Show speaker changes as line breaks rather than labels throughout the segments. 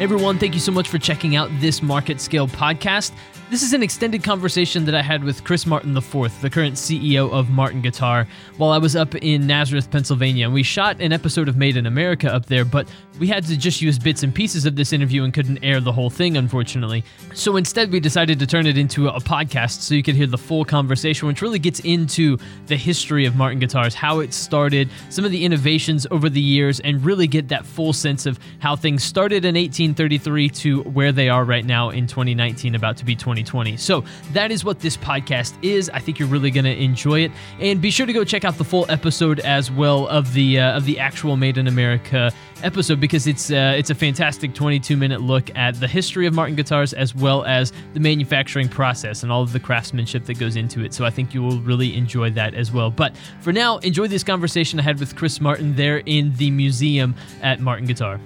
everyone, thank you so much for checking out this Market Scale podcast. This is an extended conversation that I had with Chris Martin IV, the current CEO of Martin Guitar, while I was up in Nazareth, Pennsylvania. And we shot an episode of Made in America up there, but we had to just use bits and pieces of this interview and couldn't air the whole thing, unfortunately. So instead, we decided to turn it into a podcast so you could hear the full conversation, which really gets into the history of Martin Guitars, how it started, some of the innovations over the years, and really get that full sense of how things started in 1833 to where they are right now in 2019, about to be 2020. So that is what this podcast is. I think you're really going to enjoy it, and be sure to go check out the full episode as well of the uh, of the actual Made in America episode because it's uh, it's a fantastic 22 minute look at the history of Martin guitars as well as the manufacturing process and all of the craftsmanship that goes into it. So I think you will really enjoy that as well. But for now, enjoy this conversation I had with Chris Martin there in the museum at Martin Guitar.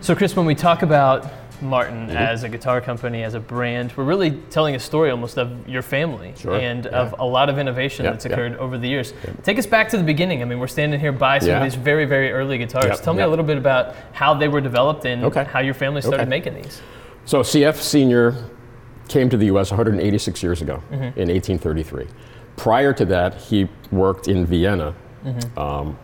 So, Chris, when we talk about Martin
Mm-hmm.
as a guitar company, as a brand, we're really telling a story almost of your family
Sure,
and
yeah.
of a lot of innovation
Yeah,
that's
yeah.
occurred over the years. Take us back to the beginning. I mean, we're standing here by some of
Yeah.
these very, very early guitars.
Yep,
Tell me a
yep.
little bit about how they were developed and
Okay.
how your family started
Okay.
making these.
So CF Senior came to the U.S. 186 years ago in 1833. Prior to that, he worked in Vienna um,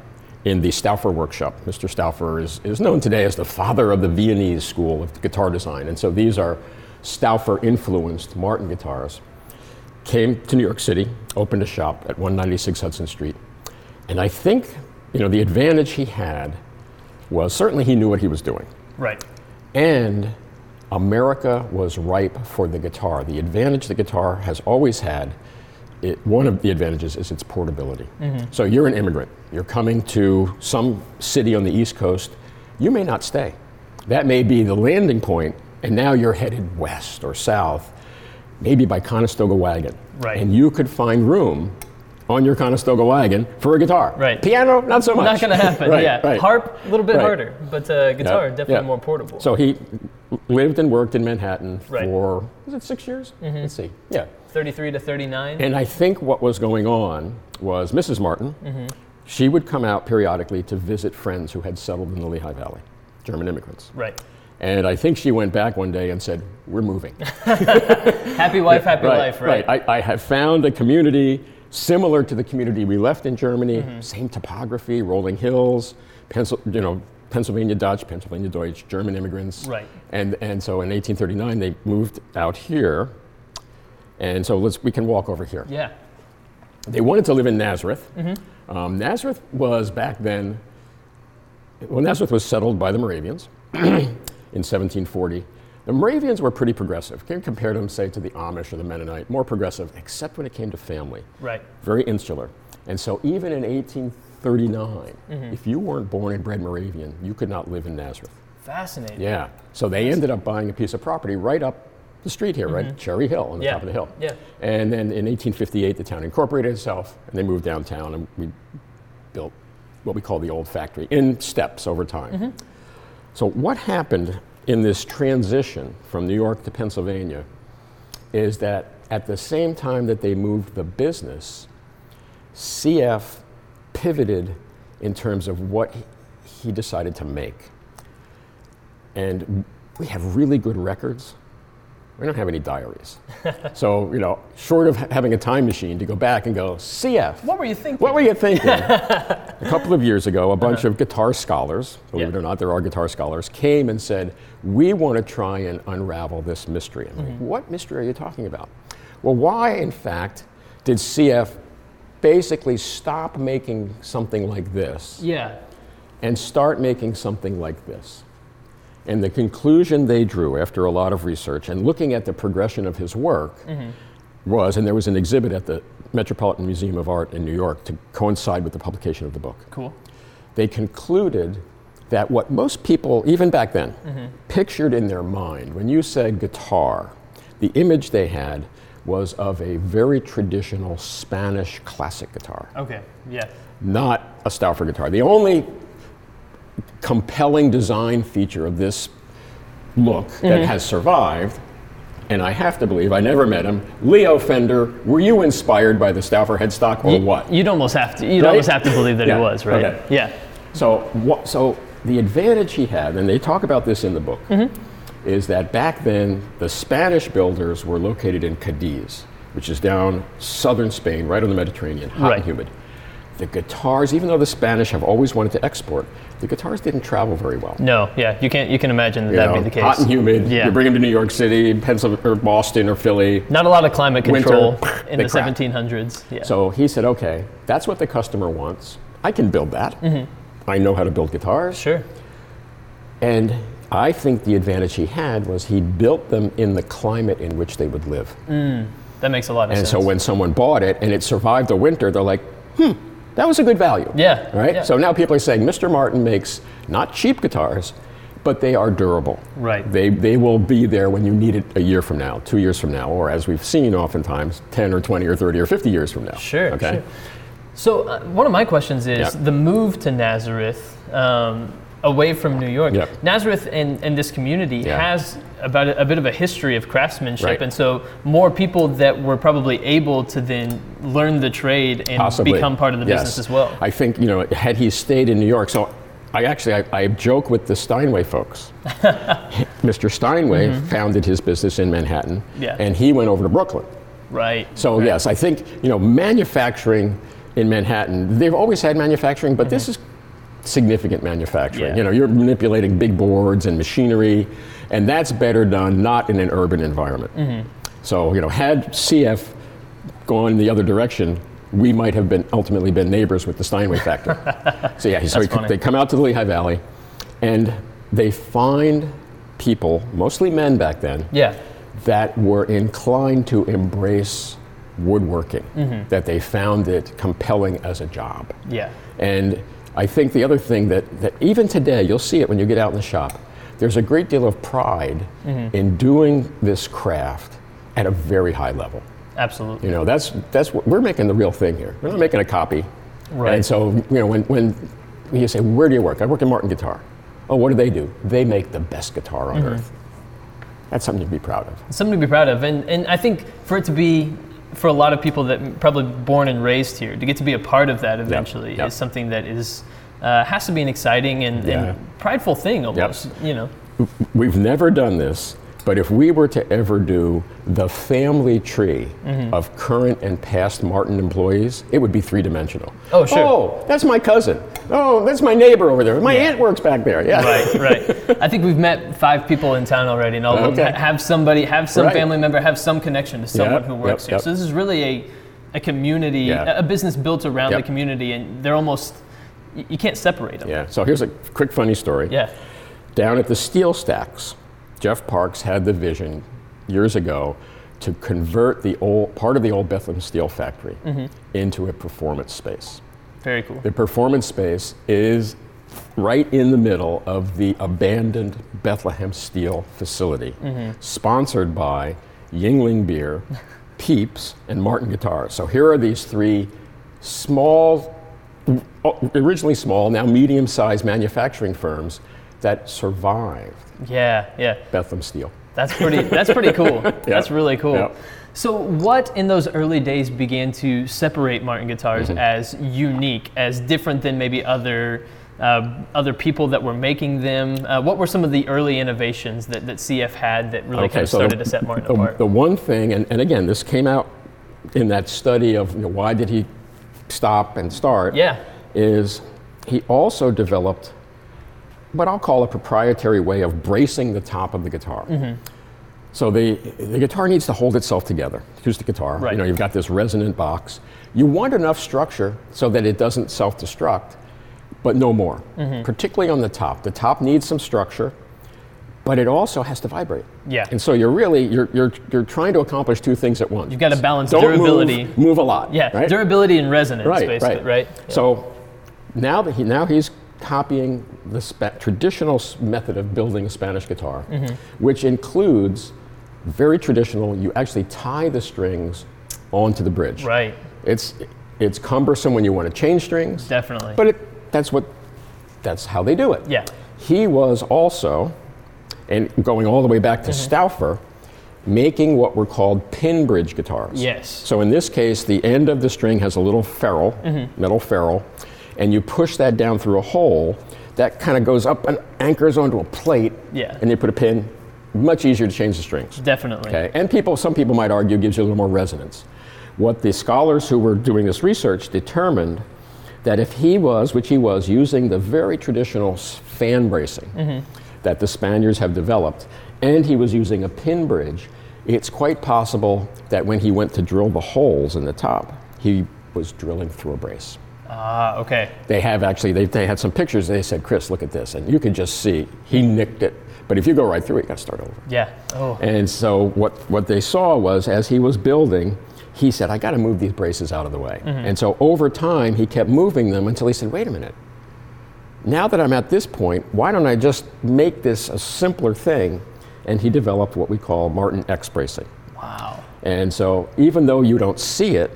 in the Stauffer workshop. Mr. Stauffer is, is known today as the father of the Viennese school of guitar design, and so these are Stauffer influenced Martin guitars. Came to New York City, opened a shop at 196 Hudson Street, and I think you know the advantage he had was certainly he knew what he was doing.
Right.
And America was ripe for the guitar. The advantage the guitar has always had, it, one of the advantages is its portability.
Mm-hmm.
So you're an immigrant. You're coming to some city on the East Coast. You may not stay. That may be the landing point, and now you're headed west or south, maybe by Conestoga wagon.
Right.
And you could find room on your Conestoga wagon for a guitar.
Right.
Piano, not so much.
Not going to happen.
Right,
yeah.
right.
Harp, a little bit
Right.
harder, but uh, guitar,
Yeah,
definitely
yeah.
more portable.
So he lived and worked in Manhattan
Right.
for was it six years? Let's see. Yeah.
33 to 39.
And I think what was going on was Mrs. Martin. She would come out periodically to visit friends who had settled in the Lehigh Valley, German immigrants.
right.
And I think she went back one day and said, "We're moving."
Happy wife, happy life, right?
I, I have found a community similar to the community we left in Germany.
Mm-hmm.
Same topography, rolling hills, Pencil, you know, Pennsylvania Dutch, Pennsylvania Deutsch, German immigrants.
Right.
And and so in 1839 they moved out here, and so let's we can walk over here.
Yeah.
They wanted to live in Nazareth. Um, Nazareth was back then, well, Nazareth was settled by the Moravians in 1740. The Moravians were pretty progressive. Can compare them, say, to the Amish or the Mennonite, more progressive, except when it came to family,
Right.
very insular. And so even in 1839, if you weren't born and bred Moravian, you could not live in Nazareth.
Fascinating.
Yeah. So they ended up buying a piece of property right up the street here, right? Cherry Hill on
Mm-hmm.
the
Yeah.
top of the hill.
Yeah.
And then in 1858, the town incorporated itself and they moved downtown and we built what we call the old factory in steps over time.
Mm-hmm.
So, what happened in this transition from New York to Pennsylvania is that at the same time that they moved the business, CF pivoted in terms of what he decided to make. And we have really good records. We don't have any diaries. so, you know, short of ha- having a time machine to go back and go, CF,
What were you thinking?
what were you thinking? a couple of years ago, a bunch of guitar scholars, believe
Yeah.
it or not, there are guitar scholars, came and said, We want to try and unravel this mystery. I'm like, What mystery are you talking about? Well, why, in fact, did CF basically stop making something like this
yeah.
and start making something like this? And the conclusion they drew after a lot of research and looking at the progression of his work was, and there was an exhibit at the Metropolitan Museum of Art in New York to coincide with the publication of the book.
Cool.
They concluded that what most people, even back then, pictured in their mind when you said guitar, the image they had was of a very traditional Spanish classic guitar
Okay. Yeah.
not a Stauffer guitar. The only compelling design feature of this look that has survived and I have to believe, I never met him, Leo Fender, were you inspired by the Stauffer headstock or
Y-
what?
You'd almost have to. You'd
Right?
almost have to believe that
Yeah,
it was right.
okay.
Yeah.
So, what, so the advantage he had, and they talk about this in the book,
Mm-hmm.
is that back then the Spanish builders were located in Cadiz, which is down southern Spain, right on the Mediterranean, hot
Right.
and humid. The guitars, even though the Spanish have always wanted to export, the guitars didn't travel very well.
No. Yeah. You can't. You can imagine that
You
that'd
know,
be the case.
Hot and humid.
Yeah.
You bring them to New York City, Pennsylvania, or Boston, or Philly.
Not a lot of climate
Winter,
control in
they
the
crack.
1700s. Yeah.
So he said, okay, that's what the customer wants. I can build that.
Mm-hmm.
I know how to build guitars.
sure.
And I think the advantage he had was he built them in the climate in which they would live.
That makes a lot of
and
sense.
so when someone bought it and it survived the winter, they're like, hmm, that was a good value.
Yeah,
Right?
yeah.
So now people are saying Mr. Martin makes not cheap guitars, but they are durable.
Right.
They, they will be there when you need it a year from now, two years from now, or as we've seen oftentimes, 10 or 20 or 30 or 50 years from now.
Sure,
Okay.
sure. So uh, one of my questions is
Yeah.
the move to Nazareth um, away from New York.
Yeah.
Nazareth and, and this community
Yeah.
has about a, a bit of a history of craftsmanship,
Right.
and so more people that were probably able to then learn the trade and
Possibly.
become part of the
Yes.
business as well.
I think you know had he stayed in New York. So I actually I, I joke with the Steinway folks. Mr. Steinway founded his business in Manhattan,
Mm-hmm. Yeah.
and he went over to Brooklyn.
right.
So yes, I think you know manufacturing in Manhattan. They've always had manufacturing, but this is significant manufacturing.
Mm-hmm. Yeah.
You know, you're manipulating big boards and machinery, and that's better done not in an urban environment.
Mm-hmm.
So you know, had CF gone the other direction. We might have been ultimately been neighbors with the Steinway factory. so yeah, so he-
funny.
they come out to the Lehigh Valley, and they find people, mostly men back then,
Yeah.
that were inclined to embrace woodworking, that they found it compelling as a job.
Mm-hmm. Yeah.
And I think the other thing that, that even today, you'll see it when you get out in the shop, there's a great deal of pride
Mm-hmm.
in doing this craft at a very high level.
Absolutely.
You know, that's, that's what we're making the real thing here. We're not making a copy.
Right.
And so, you know, when, when, when you say, where do you work? I work in Martin Guitar. Oh, what do they do? They make the best guitar
Mm-hmm.
on earth. That's something to be proud of.
something to be proud of and, and i think for it to be for a lot of people that m- probably born and raised here to get to be a part of that eventually
yep.
is something that is uh, has to be an exciting and,
Yeah.
and prideful thing almost you know
We've never done this, but if we were to ever do the family tree
Mm-hmm.
of current and past Martin employees, it would be three dimensional.
Oh, sure.
Oh, that's my cousin. Oh, that's my neighbor over there. My aunt works back there. Yeah.
right right i think we've met five people in town already and all of them
Okay.
ha- have somebody have some
Right.
family member have some connection to someone
Yep,
who
yep,
works here
yep.
so this is really a, a community
Yeah.
a a business built around the
Yep.
community and they're almost y- you can't separate them
Yeah. So here's a quick funny story.
yeah
Down at the steel stacks, Jeff Parks had the vision years ago to convert the old part of the old Bethlehem Steel factory
Mm-hmm.
into a performance space.
very cool
The performance space is right in the middle of the abandoned Bethlehem Steel facility, sponsored by Yingling Beer, Peeps, and Martin Guitars. So here are these three small, originally small, now medium sized manufacturing firms that survived
yeah yeah
Bethlehem Steel.
That's pretty. That's pretty cool. That's really cool.
yeah.
So, what in those early days began to separate Martin guitars
Mm-hmm.
as unique, as different than maybe other uh, other people that were making them? Uh, what were some of the early innovations that, that CF had that really kind of
the-
started to set Martin
the,
apart?
the one thing, and, and again, this came out in that study of you know, why did he stop and start.
yeah.
is he also developed what I'll call a proprietary way of bracing the top of the guitar.
Mm-hmm.
So the, the guitar needs to hold itself together. Acoustic guitar,
Right.
you know, you've got this resonant box. You want enough structure so that it doesn't self-destruct, but no more.
Mm-hmm.
Particularly on the top, the top needs some structure, but it also has to vibrate.
Yeah.
And so you're really you're you're, you're trying to accomplish two things at once. You've
gotta balance durability.
Move, move a lot.
Yeah.
right?
Durability and resonance,
right,
basically.
right.
Right.
So now that he now he's copying the spa- traditional s- method of building a Spanish guitar,
Mm-hmm.
which includes very traditional. You actually tie the strings onto the bridge.
Right.
It's it's cumbersome when you want to change strings,
Definitely.
but it, that's what that's how they do it.
yeah. Mm-hmm.
He was also, and going all the way back to Stauffer, making what were called pin bridge guitars.
Yes.
So in this case, the end of the string has a little ferrule,
Mm-hmm.
metal ferrule, and you push that down through a hole. That kind of goes up and anchors onto a plate.
Yeah.
And you put a pin. Much easier to change the strings.
Definitely.
Okay. And people, some people might argue, gives you a little more resonance. What the scholars who were doing this research determined that if he was, which he was, using the very traditional s- fan bracing that the Spaniards have developed, and he was using a pin bridge, it's quite possible that when he went to drill the holes in the top, he was drilling through a brace.
Ah, okay.
They have actually, they, they had some pictures, they said, Chris, look at this. And you can just see he nicked it. But if you go right through it, you gotta start over.
Yeah. Oh.
And so what, what they saw was as he was building, he said, I got to move these braces out of the way. And so over time, he kept moving them until he said, wait a minute. Now that I'm at this point, why don't I just make this a simpler thing? And he developed what we call Martin X bracing.
Wow.
And so even though you don't see it,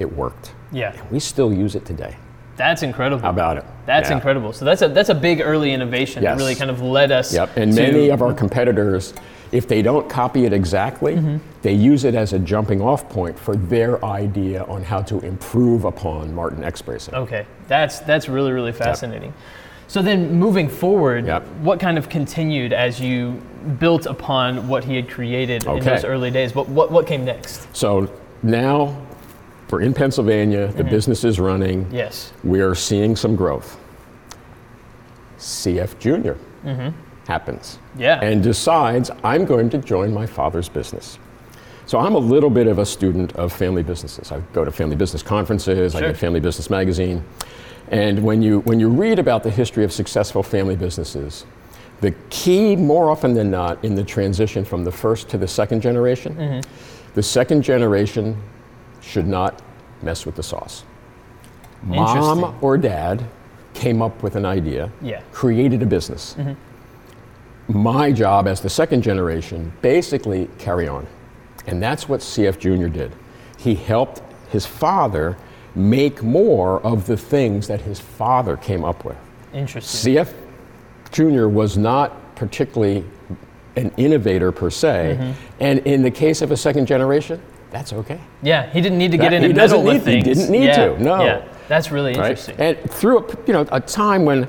it worked.
Yeah.
We still use it today.
That's incredible.
How about it?
That's
Yeah.
incredible. So that's a that's a big early innovation
Yes.
that really kind of led us.
Yep. And
to-
many of our competitors, if they don't copy it exactly, they use it as a jumping off point for their idea on how to improve upon Martin X bracing.
Okay, that's that's really really fascinating. So then, moving forward,
Yep.
what kind of continued as you built upon what he had created in
Okay.
those early days? What what what came next?
So now we're in Pennsylvania, the business is running,
Yes.
we are seeing some growth. CF Jr. happens.
Yeah.
and decides I'm going to join my father's business. So I'm a little bit of a student of family businesses. I go to family business conferences, I
Sure.
get Family Business Magazine. And when you, when you read about the history of successful family businesses, the key, more often than not, in the transition from the first to the second generation,
Mm-hmm.
the second generation should not mess with the sauce. Mom
Interesting.
or dad came up with an idea,
Yeah.
created a business. My job as the second generation basically carry on. And that's what CF Jr. did. He helped his father make more of the things that his father came up with.
Interesting.
CF Jr. was not particularly an innovator per se. And in the case of a second generation, that's okay.
Yeah, he didn't need to get
That-
in
he
and meddle
doesn't
with
need- he
things.
didn't need
Yeah,
to, no.
Yeah, that's really
right?
interesting.
And through a, you know, a time when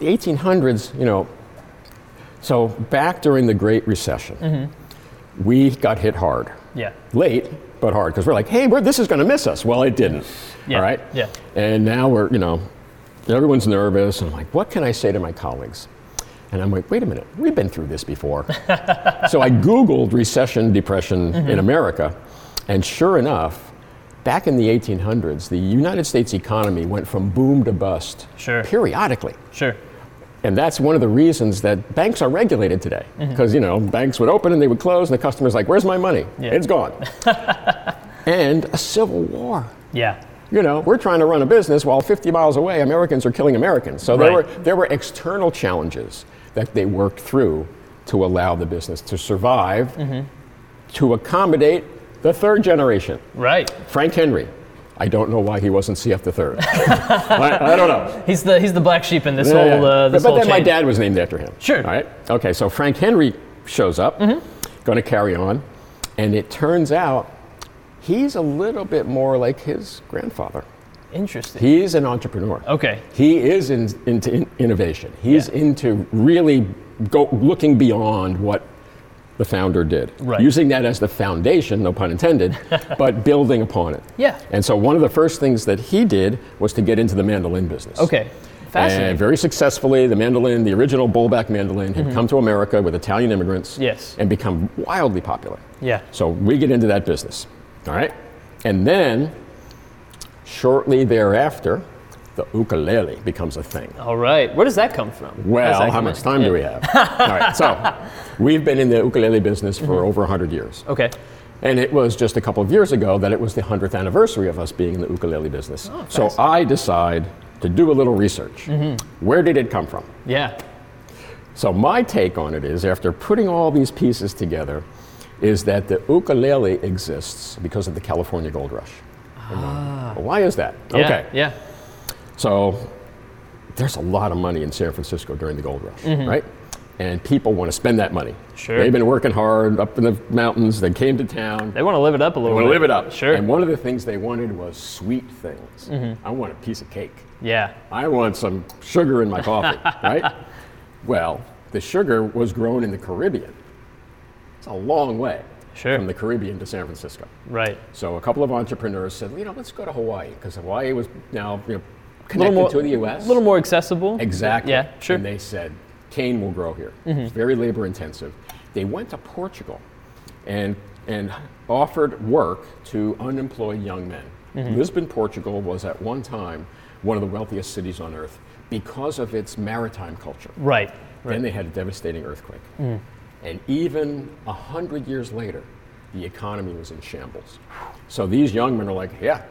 the 1800s, you know, so back during the Great Recession,
Mm-hmm.
we got hit hard.
Yeah.
Late, but hard, because we're like, hey, we're, this is going to miss us. Well, it didn't.
Yeah,
All right?
yeah.
And now we're, you know, everyone's nervous. And I'm like, what can I say to my colleagues? And I'm like, wait a minute, we've been through this before. so I Googled recession, depression
Mm-hmm.
in America, and sure enough, back in the 1800s, the United States economy went from boom to bust
Sure.
periodically.
Sure.
And that's one of the reasons that banks are regulated today.
Mm-hmm.
Because, you know, banks would open and they would close, and the customer's like, where's my money?
Yeah.
It's gone. and a civil war.
Yeah.
You know, we're trying to run a business while 50 miles away, Americans are killing Americans. So there,
Right.
were, there were external challenges that they worked through to allow the business to survive,
Mm-hmm.
to accommodate the third generation.
Right.
Frank Henry. I don't know why he wasn't CF the third. I, I don't know.
He's the he's the black sheep in this
Yeah, yeah.
whole uh, this
but
whole
then my
chain.
dad was named after him.
Sure. Mm-hmm.
All right. Okay. So Frank Henry shows up, going to carry on, and it turns out he's a little bit more like his grandfather.
Interesting.
He's an entrepreneur.
okay.
He is in, into in- innovation. He's
Yeah.
into really go, looking beyond what the founder did.
Right.
Using that as the foundation, no pun intended, but building upon it.
Yeah.
And so one of the first things that he did was to get into the mandolin business.
Okay. Fascinating.
And very successfully, the mandolin, the original bullback mandolin, had come to America with Italian immigrants
Mm-hmm. Yes.
and become wildly popular.
yeah.
So we get into that business. All right. And then shortly thereafter, the ukulele becomes a thing.
All right. Where does that come from? How's that
Well, how
come
much
in?
time do we have? All right. So we've been in the ukulele business for
Mm-hmm.
over 100 years.
Okay.
And it was just a couple of years ago that it was the 100th anniversary of us being in the ukulele business.
Oh,
so I decide to do a little research.
Mm-hmm.
Where did it come from?
Yeah.
So my take on it is, after putting all these pieces together, is that the ukulele exists because of the California Gold Rush. Ah. Why is that?
Yeah.
Okay.
Yeah.
So there's a lot of money in San Francisco during the gold rush, right? and people want to spend that money.
Mm-hmm. Sure.
They've been working hard up in the mountains. They came to town.
They want to live it up a
They
little.
want
bit.
to live it up.
Sure. Mm-hmm.
And one of the things they wanted was sweet things. I want a piece of cake.
yeah.
I want some sugar in my coffee, right? Well, the sugar was grown in the Caribbean. It's a long way
Sure.
from the Caribbean to San Francisco.
Right.
So a couple of entrepreneurs said, you know, let's go to Hawaii because Hawaii was now you
A
know,
little
connected
more
to the U.S.
A little more accessible.
Exactly.
Yeah. Sure. Mm-hmm.
And they said, cane will grow here. It's very labor intensive. They went to Portugal and, and offered work to unemployed young men.
Mm-hmm.
Lisbon, Portugal was at one time one of the wealthiest cities on earth because of its maritime culture.
right. Mm.
Then they had a devastating earthquake. And even a hundred years later, the economy was in shambles. So these young men are like, yeah,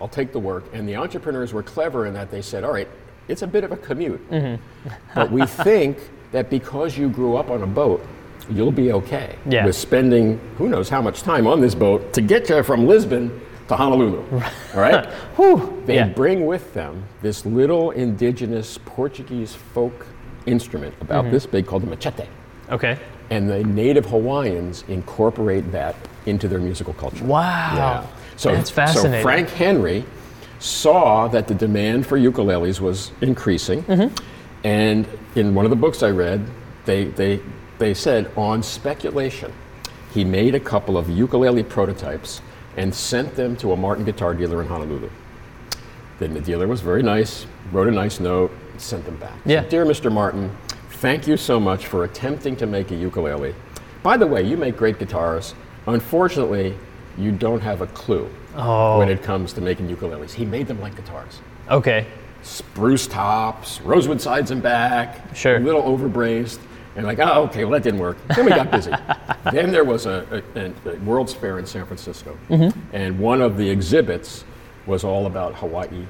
I'll take the work. And the entrepreneurs were clever in that they said, all right, it's a bit of a commute.
Mm-hmm.
but we think that because you grew up on a boat, you'll be okay
Yeah.
with spending who knows how much time on this boat to get you from Lisbon to Honolulu. All right? They
Yeah.
bring with them this little indigenous Portuguese folk instrument about
Mm-hmm.
this big called the machete.
Okay.
And the native Hawaiians incorporate that into their musical culture.
Wow.
Yeah. So,
That's fascinating.
So Frank Henry saw that the demand for ukuleles was increasing,
Mm-hmm.
and in one of the books I read, they they they said on speculation, he made a couple of ukulele prototypes and sent them to a Martin guitar dealer in Honolulu. Then the dealer was very nice, wrote a nice note, and sent them back.
Yeah.
Dear Mr. Martin, thank you so much for attempting to make a ukulele. By the way, you make great guitars. Unfortunately, you don't have a clue when it comes to making ukuleles. He made them like guitars.
Okay.
Spruce tops, rosewood sides and back,
Sure.
a little overbraised, and like, oh, okay, well, that didn't work. Then we got busy. then there was a, a, a- a World's Fair in San Francisco,
Mm-hmm.
and one of the exhibits was all about Hawaii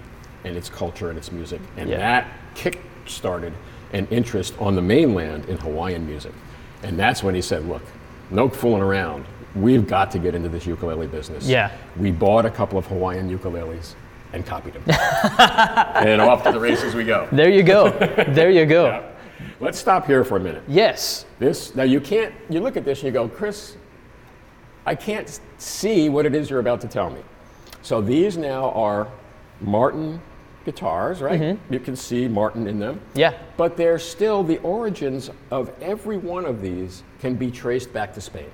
and its culture and its music, and
Yeah.
that kick started an interest on the mainland in Hawaiian music. And that's when he said, look, no fooling around. We've got to get into this ukulele business.
Yeah.
We bought a couple of Hawaiian ukuleles and copied them and off to the races we go.
There you go. There you go.
Let's stop here for a minute.
Yes.
This now you can't. You look at this and you go, Chris, I can't s- see what it is you're about to tell me. So these now are Martin guitars, right? You can see Martin in them.
Mm-hmm. Yeah.
But they're still the origins of every one of these can be traced back to Spain,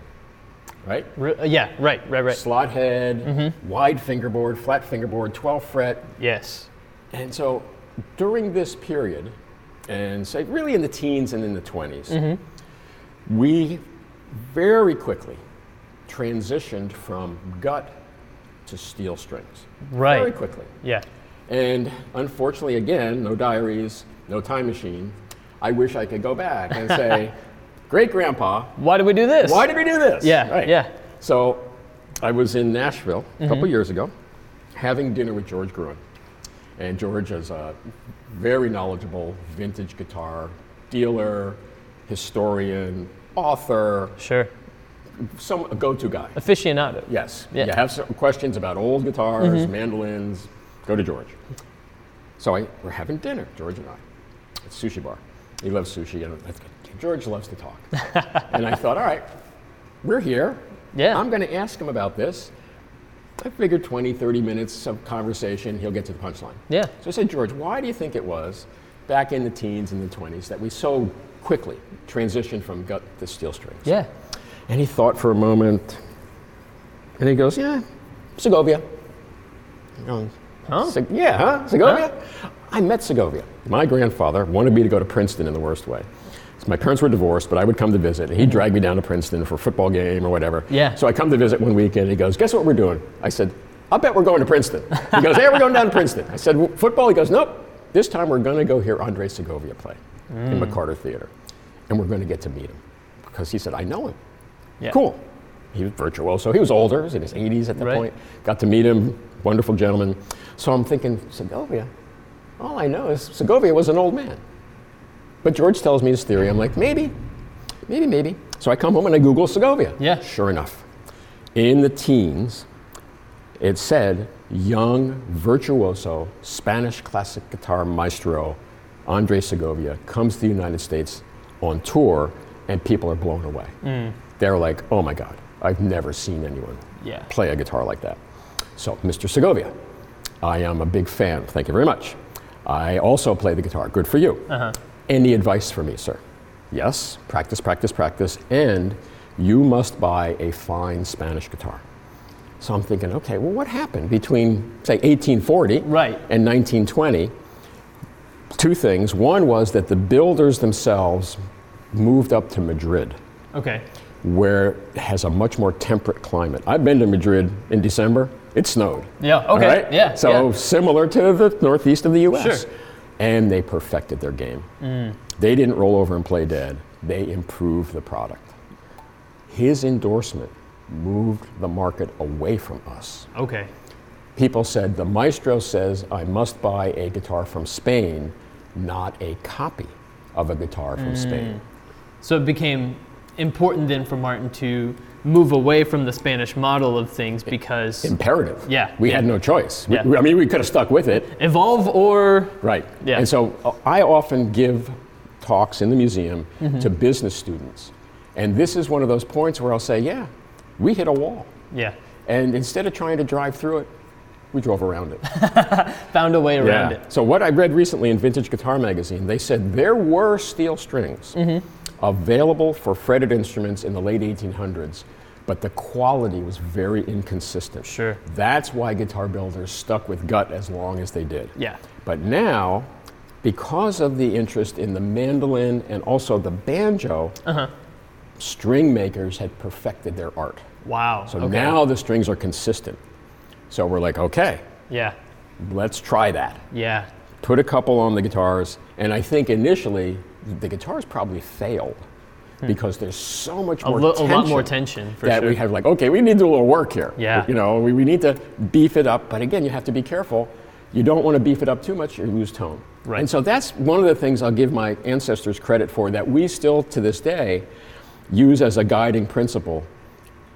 right?
Re- uh, yeah. Right. Right. Right.
Slot head,
Mm-hmm.
wide fingerboard, flat fingerboard, 12 fret,
Yes.
and so during this period, and say really in the teens and in the 20s, we very quickly transitioned from gut to steel strings. Very
Right.
quickly.
Yeah.
And unfortunately, again, no diaries, no time machine. I wish I could go back and say, great grandpa,
Why did we do this?
why did we do this?
Yeah, yeah. Mm-hmm.
So I was in Nashville a couple years ago having dinner with George Gruen. And George is a very knowledgeable vintage guitar dealer, historian, author,
Sure.
some a go-to guy.
Aficionado.
Yes.
Yeah. Mm-hmm.
You have some questions about old guitars, mandolins, go to George. So I, we're having dinner, George and I, at sushi bar. He loves sushi, and that's good. George loves to talk. and I thought, all right, we're here.
Yeah.
I'm going to ask him about this. I figured 20, 30 minutes of conversation, he'll get to the punchline.
Yeah.
So I said, George, why do you think it was back in the teens and the 20s that we so quickly transitioned from gut to steel strings?
Yeah.
And he thought for a moment, and he goes, "Yeah, Segovia." I'm going,
Huh?
"Se- yeah, huh? Segovia. I met Segovia. My grandfather wanted me to go to Princeton in the worst way. So my parents were divorced, but I would come to visit, and he'd drag me down to Princeton for a football game or whatever.
Yeah.
So I come to visit one weekend. He goes, "Guess what we're doing?" I said, "I bet we're going to Princeton." He goes, "Hey, we're going down to Princeton." I said, "W- "Football?" He goes, "Nope. This time we're going to go hear Andre Segovia play in
Mm.
McCarter Theater, and we're going to get to meet him because he said I know him."
Yeah.
Cool. He was virtuoso. He was older, he was in his 80s at that
Right.
point. Got to meet him, wonderful gentleman. So I'm thinking, Segovia? All I know is Segovia was an old man. But George tells me his theory. I'm like, maybe, maybe, maybe. So I come home and I Google Segovia.
Yeah.
Sure enough, in the teens, it said young virtuoso Spanish classic guitar maestro Andre Segovia comes to the United States on tour, and people are blown away. They're like, oh my God, I've never seen anyone
Yeah.
play a guitar like that. So, Mr. Segovia, I am a big fan. Thank you very much. I also play the guitar. Good for you.
Uh-huh.
Any advice for me, sir? Yes, practice, practice, practice, and you must buy a fine Spanish guitar. So I'm thinking, okay, well, what happened between, say, 1840
Right.
and 1920? Two things. One was that the builders themselves moved up to Madrid
Okay.
where it has a much more temperate climate. I've been to Madrid in December. It snowed.
Yeah.
all
Okay.
right?
Yeah.
So
yeah.
similar to the northeast of the U.S.
Sure. Mm.
And they perfected their game. They didn't roll over and play dead. They improved the product. His endorsement moved the market away from us.
Okay.
People said the maestro says I must buy a guitar from Spain, not a copy of a guitar from Spain.
So it became important then for Martin to move away from the Spanish model of things because
imperative.
Mm. Yeah,
We
yeah.
had no choice. We-
Yeah.
we- I mean, we could have stuck with it.
evolve or
Right.
Yeah.
And so uh, I often give talks in the museum
Mm-hmm.
to business students. And this is one of those points where I'll say, yeah, we hit a wall.
yeah,
And instead of trying to drive through it, we drove around it.
found a way around it.
So what I read recently in Vintage Guitar Magazine, they said there were steel strings
Mm-hmm.
available for fretted instruments in the late 1800s, but the quality was very inconsistent.
Sure.
That's why guitar builders stuck with gut as long as they did.
Yeah.
But now, because of the interest in the mandolin and also the banjo,
Uh-huh.
string makers had perfected their art.
Wow.
So
okay.
now the strings are consistent. So we're like, okay,
Yeah.
let's try that
Yeah.
put a couple on the guitars, and I think initially the guitars probably failed because there's so much
Hmm. A,
more
lo- a
tension
lot more tension for
that
sure.
we have like, okay, we need to do a little work here.
Yeah.
You know, we, we need to beef it up, but again, you have to be careful. You don't want to beef it up too much, you lose tone.
Right.
And so that's one of the things I'll give my ancestors credit for that we still to this day use as a guiding principle.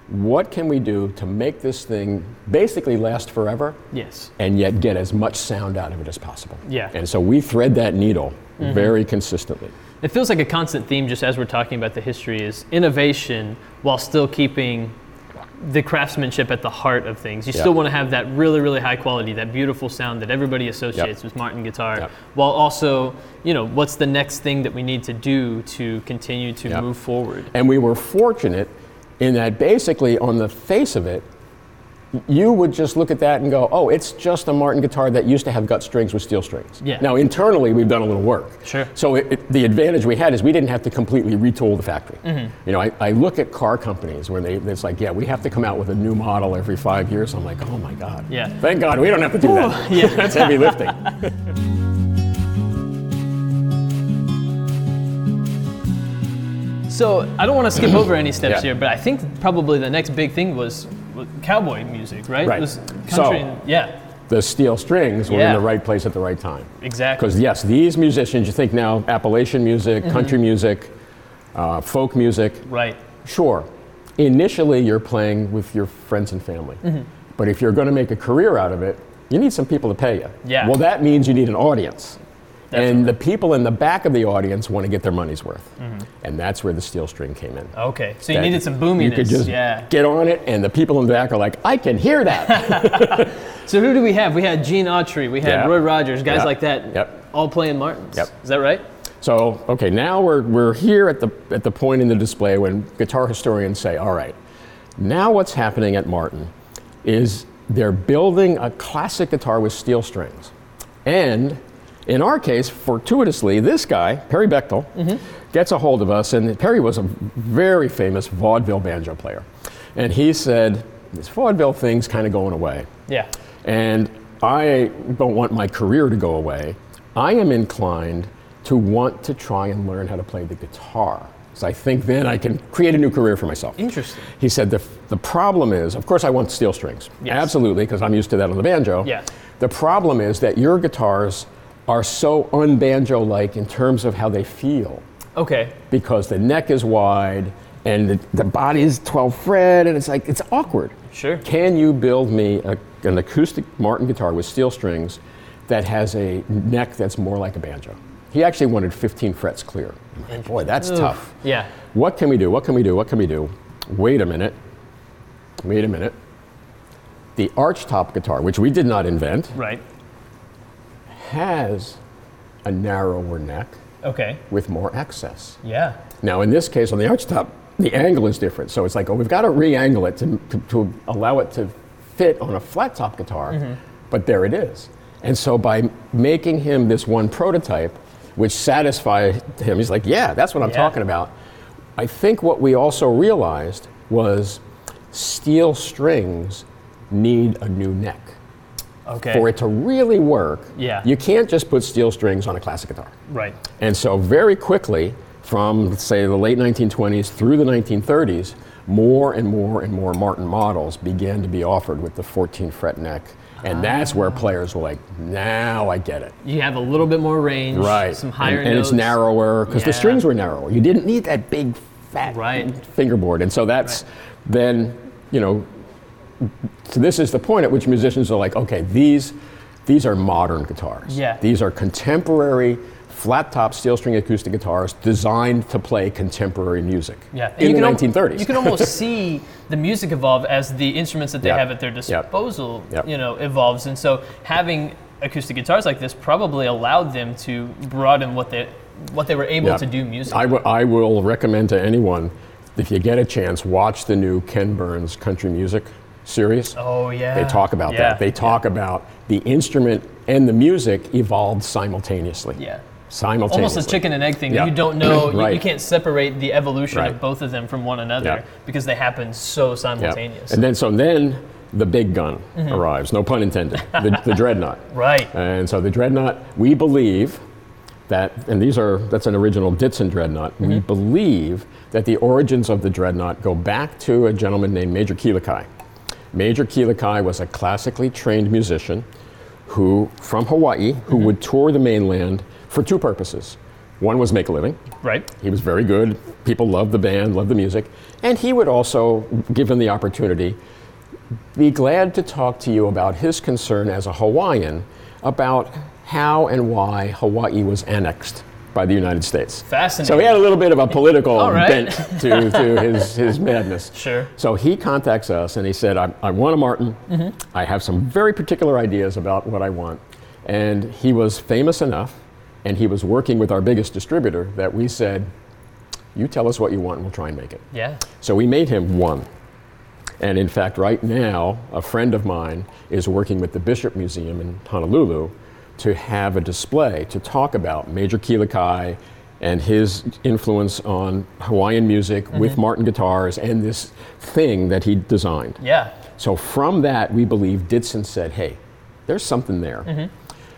What can we do to make this thing basically last forever?
yes.
and yet get as much sound out of it as possible.
Yeah. Mm-hmm.
And so we thread that needle very consistently.
It feels like a constant theme just as we're talking about the history is innovation while still keeping the craftsmanship at the heart of things. You
Yeah.
still want to have that really, really high quality, that beautiful sound that everybody associates with Martin guitar,
Yep.
while also, you know, what's the next thing that we need to do to continue to
Yep.
move forward?
And we were fortunate in that basically on the face of it, you would just look at that and go, oh, it's just a Martin guitar that used to have gut strings with steel strings.
Yeah.
Now, internally, we've done a little work.
Sure.
So it, it- the advantage we had is we didn't have to completely retool the factory.
Mm-hmm.
You know, I, I look at car companies where they, it's like, yeah, we have to come out with a new model every five years. I'm like, oh my God.
Yeah.
Thank God we don't have to do that.
yeah.
That's heavy lifting.
So I don't want to skip over any steps
Yeah.
here, but I think probably the next big thing was was cowboy music, right?
Right.
This country
So-
and- yeah,
the steel strings were
Yeah.
in the right place at the right time.
exactly.
Because yes, these musicians, you think now Appalachian music,
Mm-hmm.
country music, uh, folk music,
Right.
sure. Initially, you're playing with your friends and family.
Mm-hmm.
But if you're going to make a career out of it, you need some people to pay you.
Yeah.
Well, that means you need an audience. And the people in the back of the audience want to get their money's worth. And that's where the steel string came in.
Okay. Mm-hmm. So you
That
needed some boominess.
You could just
yeah.
get on it, and the people in the back are like, I can hear that.
So who do we have? We had Gene Autry, we had
Yeah.
Roy Rogers, guys
Yeah.
like that,
Yep.
all playing Martins.
Yep.
Is that right?
So, okay, now we're, we're here at the, at the point in the display when guitar historians say, all right, now what's happening at Martin is they're building a classic guitar with steel strings. And in our case, fortuitously, this guy, Perry Bechtel, gets a hold of us, and Perry was a very famous vaudeville banjo player. And he said, this vaudeville thing's kind of going away
Yeah.
and I don't want my career to go away. I am inclined to want to try and learn how to play the guitar. So I think then I can create a new career for myself.
Interesting.
He said the, the problem is, of course, I want steel strings.
Yes.
Absolutely, because I'm used to that on the banjo.
Yeah.
The problem is that your guitars are so unbanjo like in terms of how they feel
Okay.
because the neck is wide and the, the body is 12 fret and it's like it's awkward
Sure.
can you build me a, an acoustic martin guitar with steel strings that has a neck that's more like a banjo he actually wanted 15 frets clear Boy, that's tough.
Yeah.
What can we do? What can we do? What can we do? Wait a minute. Wait a minute. The archtop guitar, which we did not invent,
Right.
has a narrower neck
Okay.
with more access.
Yeah.
Now, in this case, on the archtop, the angle is different. So it's like, oh, we've got to re-angle it to, to, to allow it to fit on a flat top guitar,
Mm-hmm.
but there it is. And so by making him this one prototype, which satisfied him, he's like, yeah, that's what I'm
Yeah.
talking about. I think what we also realized was steel strings need a new neck.
Okay.
For it to really work,
Eh. Yeah.
you can't just put steel strings on a classic guitar.
Right.
And so, very quickly, from let's say the late 1920s through the 1930s, more and more and more Martin models began to be offered with the 14 fret neck. And that's where players were like, now I get it.
You have a little bit more range. Some higher
and, and
notes.
it's narrower because
Yeah.
the strings were narrower. You didn't need that big, fat
Right.
fingerboard. And so that's then, you know, so this is the point at which musicians are like, okay, these these are modern guitars.
Yeah.
These are contemporary flat top steel string acoustic guitars designed to play contemporary music.
Yeah. And
In the
can al-
1930s.
you can almost see the music evolve as the instruments that they
Yep.
have at their
Yep.
disposal,
Yep.
you know, evolves. And so having acoustic guitars like this probably allowed them to broaden what they what they were able
Yeah.
to do music.
I, w- I will recommend to anyone, if you get a chance, watch the new Ken Burns Country Music series.
oh yeah.
They talk about
Yeah.
that. They talk about the instrument and the music evolved simultaneously.
yeah.
Simultaneously.
Almost a chicken and egg thing.
Yeah.
You don't know. you- you,
Right.
can't separate the evolution of
Right.
both of them from one another
Yeah.
because they happen so
Yeah.
simultaneous. Mm-hmm.
And then so then the big gun arrives. No pun intended. The, the dreadnought.
right.
And so the dreadnought, we believe that, and these are that's an original Ditson dreadnought. We believe that the origins of the dreadnought go back to a gentleman named Major Keelakai. Major Keelakai was a classically trained musician who from Hawaii who would tour the mainland for two purposes. One was make a living.
Right.
He was very good. People loved the band, loved the music. And he would also, given the opportunity, be glad to talk to you about his concern as a Hawaiian about how and why Hawaii was annexed by the United States.
Fascinating.
So he had a little bit of a political
All right.
bent to, to his, his madness.
Sure.
So he contacts us and he said, I, I want a Martin.
Mm-hmm.
I have some very particular ideas about what I want. And he was famous enough and he was working with our biggest distributor that we said, You tell us what you want and we'll try and make it.
Yeah.
So we made him one. And in fact, right now, a friend of mine is working with the Bishop Museum in Honolulu to have a display to talk about Major Kealakai and his influence on Hawaiian music with Martin guitars and this thing that he designed.
Yeah.
So from that, we believe Ditson said, hey, there's something there.
Mm-hmm.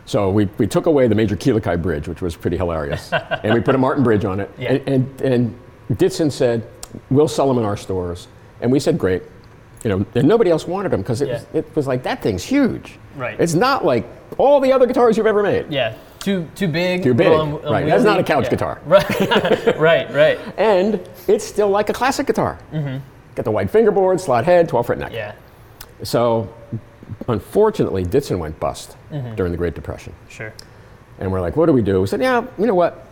So we, we took away the major Kealakai Bridge, which was pretty hilarious, and we put a Martin Bridge on it.
Yeah.
And, and, and Ditson said, we'll sell them in our stores. And we said, great. You know, and nobody else wanted them because it,
Yeah.
was, it was like, that thing's huge.
Right.
It's not like all the other guitars you've ever made.
Yeah. Too too big. um,
Too big.
little un-
right. That's not a
unwieldy.
couch
Yeah.
guitar.
Right. right. Right.
And it's still like a classic guitar. Got the wide fingerboard, slot head, 12 fret neck.
Mm-hmm. Yeah.
So, unfortunately, Ditson went bust
Mm-hmm.
during the Great Depression.
Sure.
And we're like, what do we do? We said, yeah, you know what?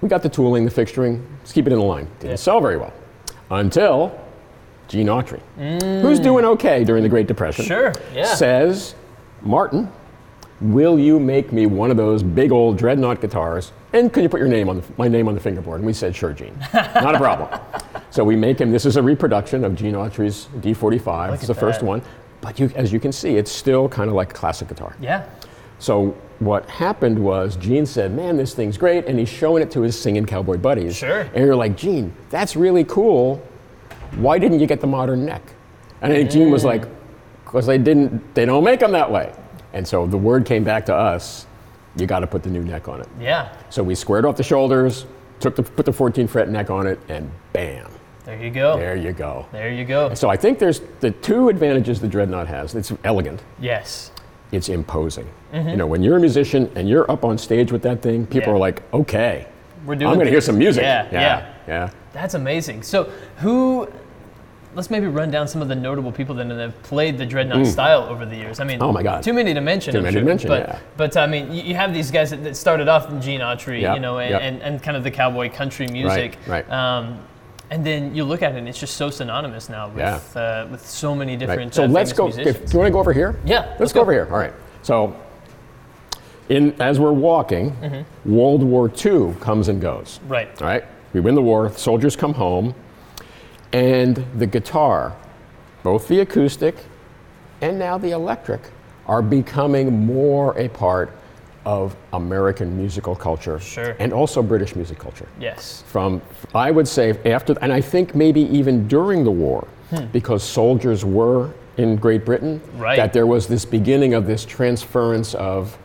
We got the tooling, the fixturing, let's keep it in the line. Didn't
Yeah.
sell very well until Gene Autry, who's doing okay during the Great Depression,
Mm. Sure. Yeah.
says, Martin, will you make me one of those big old dreadnought guitars? And can you put your name on the, my name on the fingerboard? And we said, sure, Gene. Not a problem. So we make him, this is a reproduction of Gene Autry's D45. it's the
at
first
that.
one. But you, as you can see, it's still kind of like a classic guitar.
Yeah.
So what happened was Gene said, "Man, this thing's great," and he's showing it to his singing cowboy buddies.
Sure.
And you're like, "Gene, that's really cool. Why didn't you get the modern neck?" And I think Gene was like, "Cause they didn't. They don't make them that way." And so the word came back to us, "You got to put the new neck on it."
Yeah.
So we squared off the shoulders, took the put the 14 fret neck on it, and bam,
There you go. There,
there you go.
you go.
So I think there's the two advantages the dreadnought has. It's elegant
Yes.
it's imposing. You know, when you're a musician and you're up on stage with that thing, people
Mm-hmm. Yeah.
are like, okay,
We're doing.
I'm going to hear
this.
some music.
Yeah. Yeah.
yeah.
That's amazing. So who? let's maybe run down some of the notable people that have played the dreadnought style over the years. I mean,
Mm. Oh my God.
too many to mention.
Too
I'm
many to
sure.
mention,
But
yeah.
but I mean, you, you have these guys that, that started off in Gene Autry,
Yeah,
you know, and,
yeah.
and, and kind of the cowboy country music.
right.
Um, and then you look at it, and it's just so synonymous now with
Yeah.
uh, with so many
Right.
different.
So
uh,
let's
famous
go.
musicians.
If, do you want to go over here?
Yeah,
Let's,
let's
go,
go.
over here. All right. So, in as we're walking,
Mm-hmm.
World War II comes and goes.
Right.
All right. We win the war. Soldiers come home, and the guitar, both the acoustic, and now the electric, are becoming more a part of American musical culture.
Sure.
And also British music culture
Yes.
from I would say after, and I think maybe even during the war, because soldiers were in Great Britain,
Hmm. Right.
that there was this beginning of this transference of,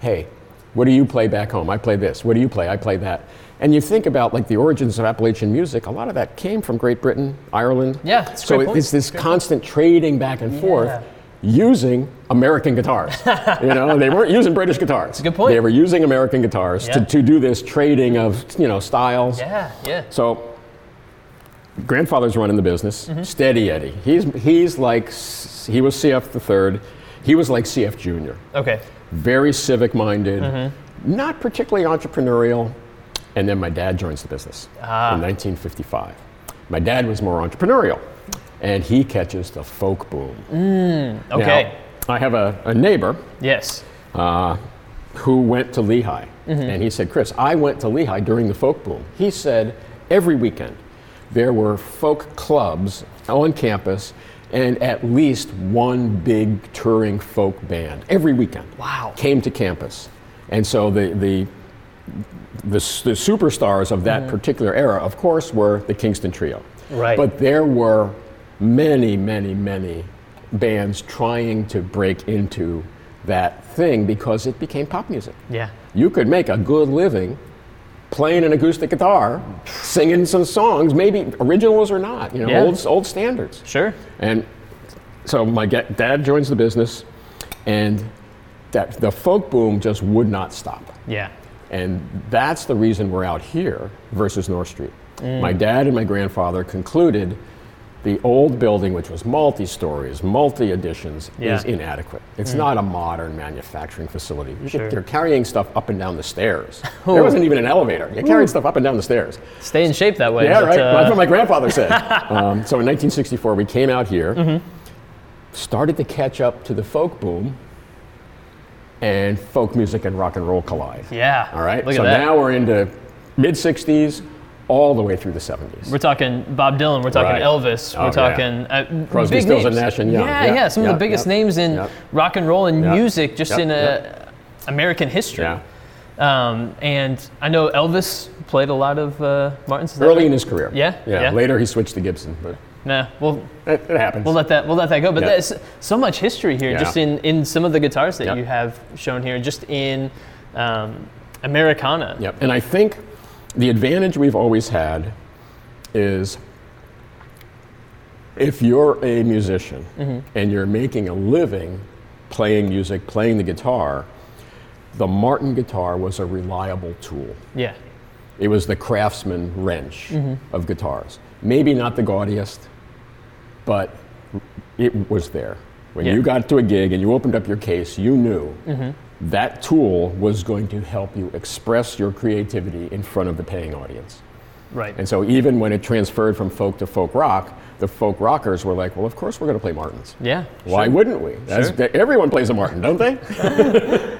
hey, what do you play back home? I play this. What do you play? I play that. And you think about like the origins of Appalachian music. A lot of that came from Great Britain, Ireland.
Yeah, that's a
so
great
it-
point.
it's this constant trading back and
Yeah.
forth. Using American guitars, you know, they weren't using British guitars. That's
a good point.
They were using American guitars
Yeah.
to, to do this trading of, you know, styles.
Yeah. Yeah.
So, grandfather's running the business.
Mm-hmm.
Steady Eddie. He's he's like s- he was CF the third. He was like CF Junior.
Okay.
Very civic minded,
Mm-hmm.
not particularly entrepreneurial. And then my dad joins the business
Ah.
in 1955. My dad was more entrepreneurial, and he catches the folk boom. Now,
Mm. Okay.
I have a, a neighbor
yes.
uh, who went to Lehigh. And he said, Chris, I went to Lehigh during the folk boom. He said, every weekend there were folk clubs on campus and at least one big touring folk band every weekend
Wow.
came to campus. And so the, the, the, s- the superstars of that particular era, of course, were the Kingston Trio.
Mm-hmm. Right.
But there were many, many, many bands trying to break into that thing because it became pop music.
Yeah.
You could make a good living playing an acoustic guitar, singing some songs, maybe originals or not, you know,
Yeah.
old, old standards.
Sure.
And so my ga- dad joins the business, and that the folk boom just would not stop.
Yeah.
And that's the reason we're out here versus North Street.
Mm.
My dad and my grandfather concluded the old building, which was multi stories, multi additions,
Yeah. Mm.
is inadequate. It's not a modern manufacturing facility. You could-
Sure.
They're carrying stuff up and down the stairs. There wasn't even an elevator. They carried stuff up and down the stairs.
Stay in shape that way.
Yeah,
but,
right.
uh,
That's what my grandfather said. um, so in 1964, we came out here,
Mm-hmm.
started to catch up to the folk boom, and folk music and rock and roll collide.
yeah.
All right.
Look
so
at that.
now we're into mid 60s, all the way through the 70s.
We're talking Bob Dylan. We're talking
Right.
Elvis.
Oh,
we're
yeah.
talking uh,
Crosby,
big
Stills,
names.
and Nash and Young.
Yeah, yeah.
Yeah,
Some of
yeah,
the biggest
yeah,
names in
yeah.
rock and roll and
Yeah,
music, just
yeah,
in uh, American history.
yeah.
Um, and I know Elvis played a lot of uh, Martin's. is that
Early
right?
in his career.
Yeah,
yeah.
yeah.
Later he switched to Gibson, but
Nah, we'll
it, it happens.
we'll let that we'll let that go. But
Yeah.
there's so much history here,
Yeah.
just in in some of the guitars that
Yep.
you have shown here, just in um, Americana.
Yep. And I think the advantage we've always had is if you're a musician
Mm-hmm.
and you're making a living playing music, playing the guitar, the Martin guitar was a reliable tool.
Yeah.
It was the craftsman wrench
Mm-hmm.
of guitars. Maybe not the gaudiest, but it was there. When
Yeah. Mm-hmm.
you got to a gig and you opened up your case, you knew that tool was going to help you express your creativity in front of the paying audience.
Right.
And so, even when it transferred from folk to folk rock, the folk rockers were like, well, of course we're going to play Martins.
yeah.
Why wouldn't we? That's,
Sure.
Everyone plays a Martin, don't they?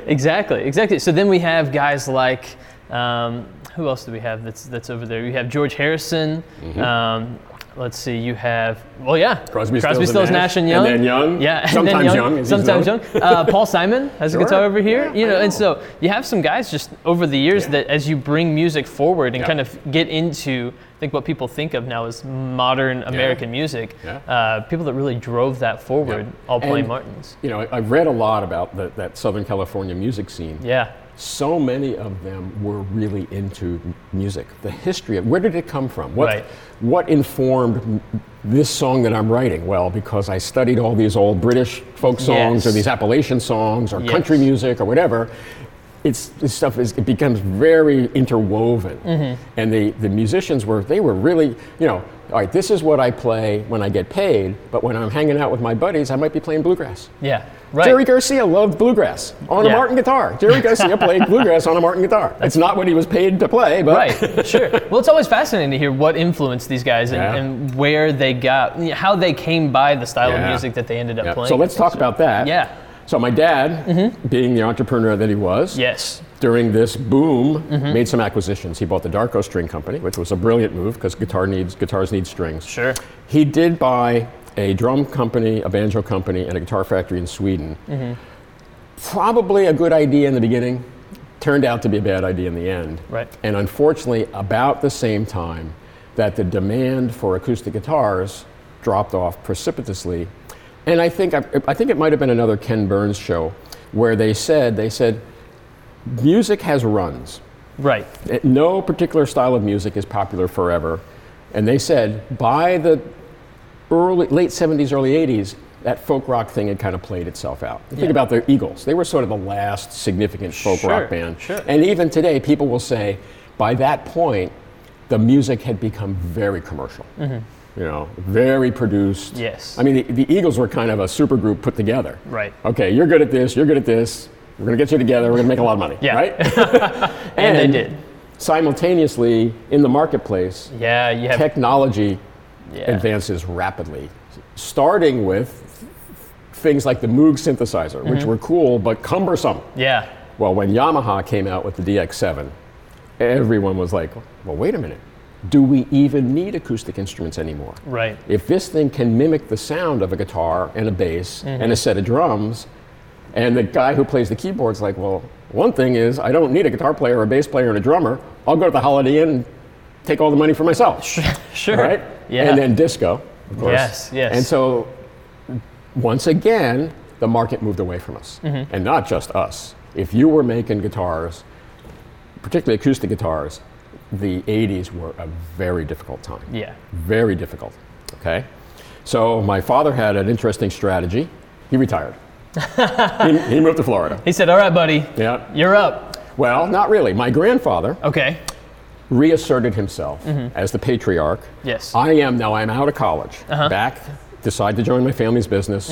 Exactly, exactly. So then we have guys like um, who else do we have that's that's over there? You have George Harrison. Um, let's see, you have well, yeah,
Crosby,
Crosby,
Stills, and Nash,
and Young,
and then Young.
yeah, and then
Sometimes Young, as he's
sometimes
known.
Young. Uh, Paul Simon has a
Sure.
guitar over here,
Yeah,
you
I
know, and
know.
so you have some guys just over the years
Yeah.
that as you bring music forward and
Yeah.
kind of get into. I think what people think of now as modern American music.
Yeah.
Uh, people that really drove that forward, all playing
And-
Martins.
You know, I- I've read a lot about that, that Southern California music scene.
Yeah,
so many of them were really into m- music. The history of where did it come from? What,
Right.
what informed m- this song that I'm writing? Well, because I studied all these old British folk songs or
Yes.
these Appalachian songs or
Yes.
country music or whatever. it's this stuff is it becomes very interwoven,
Mm-hmm.
and the the musicians were they were really you know all right this is what I play when I get paid, but when I'm hanging out with my buddies I might be playing bluegrass.
Yeah. Right.
Jerry Garcia loved bluegrass on a
Yeah.
Martin guitar. Jerry Garcia played bluegrass on a Martin guitar. it's not what he was paid to play, but
Right, sure. Well, it's always fascinating to hear what influenced these guys and,
Yeah.
and where they got, how they came by the style of
Yeah.
music that they ended up
Yeah.
playing.
So let's talk about that.
Yeah. Mm-hmm.
So my dad, being the entrepreneur that he was,
Yes.
during this boom,
Mm-hmm.
made some acquisitions. He bought the Darko String Company, which was a brilliant move because guitar needs guitars need strings.
Sure.
He did buy a drum company, a banjo company, and a guitar factory in Sweden. Probably a good idea in the beginning, turned out to be a bad idea in the end.
Right.
And unfortunately, about the same time that the demand for acoustic guitars dropped off precipitously, and I think I, I think it might have been another Ken Burns show where they said they said music has runs.
Right.
Uh, No particular style of music is popular forever. And they said by the early, late 70s, early 80s, that folk rock thing had kind of played itself out. Think
Yeah.
about the Eagles. They were sort of the last significant folk
Sure,
rock band.
sure.
And even today, people will say by that point, the music had become very commercial. You know, very produced.
Mm-hmm. Yes.
I mean, the, the Eagles were kind of a supergroup put together.
Right.
Okay, you're good at this, you're good at this, we're gonna get you together, we're gonna make a lot of money.
Yeah.
Right?
And, they did.
Simultaneously, in the marketplace,
Yeah, you have.
technology
yeah.
advances rapidly, starting with things like the Moog synthesizer, which were cool but cumbersome.
Yeah.
Well, when Yamaha came out with the DX7, everyone was like, well, wait a minute, do we even need acoustic instruments anymore?
Right.
If this thing can mimic the sound of a guitar and a bass
Mm-hmm.
and a set of drums, and the guy who plays the keyboard's like, well, one thing is I don't need a guitar player, a bass player, and a drummer. I'll go to the Holiday Inn and take all the money for myself.
Sure.
Right?
Yeah.
And then disco, of course.
Yes, yes.
And so once again, the market moved away from us.
Mm-hmm.
And not just us. If you were making guitars, particularly acoustic guitars, the 80s were a very difficult time
yeah.
very difficult. Okay, so my father had an interesting strategy. He retired. he, he moved to Florida.
He said, "All right, buddy,
Yeah.
you're up."
Well, not really. My grandfather
Okay.
reasserted himself as the patriarch.
Yes.
I am now. I'm out of college. Back. Decide to join my family's business.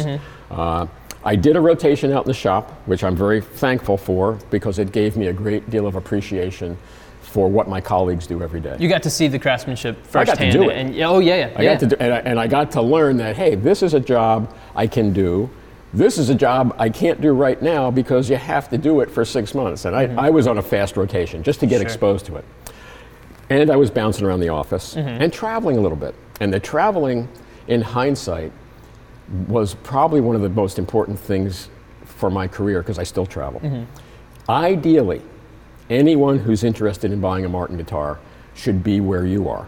Uh, I did a rotation out in the shop, which I'm very thankful for because it gave me a great deal of appreciation for what my colleagues do every day.
you got to see the craftsmanship
I got to
firsthand.
do it.
And oh yeah, yeah.
I got to do, and, I, and I got to learn that hey, this is a job I can do. This is a job I can't do right now because you have to do it for six months. And I, I was on a fast rotation just to get exposed to it. And I was bouncing around the office and traveling a little bit. And the traveling, in hindsight, was probably one of the most important things for my career because I still travel. Ideally, anyone who's interested in buying a Martin guitar should be where you are,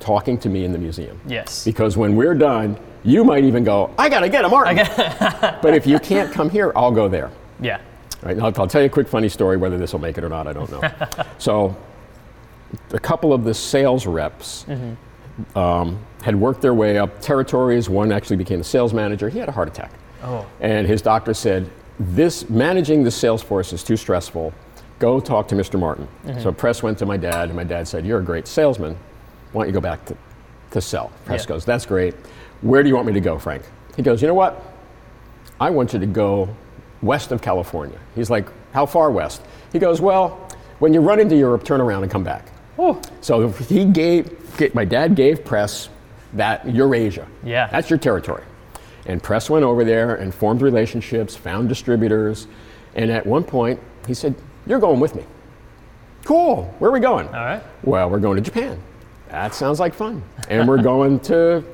talking to me in the museum.
Yes.
Because when we're done, you might even go, I gotta get a Martin. but if you can't come here, I'll go there.
yeah.
Right? And I'll, I'll tell you a quick funny story, whether this will make it or not, I don't know. so, a couple of the sales reps um, had worked their way up territories. One actually became a sales manager. He had a heart attack.
Oh.
And his doctor said, This managing the sales force is too stressful. Go talk to Mr. Martin. So, Press went to my dad, and my dad said, You're a great salesman. Why don't you go back to, to sell? Press
Yeah.
goes, That's great. Where do you want me to go, Frank? He goes, You know what? I want you to go west of California. He's like, How far west? He goes, Well, when you run into Europe, turn around and come back. So he gave, get- my dad gave Press that Eurasia.
Yeah.
That's your territory. And Press went over there and formed relationships, found distributors. And at one point, he said, You're going with me. Cool. Where are we going?
All right.
Well, we're going to Japan. That sounds like fun. And we're going to.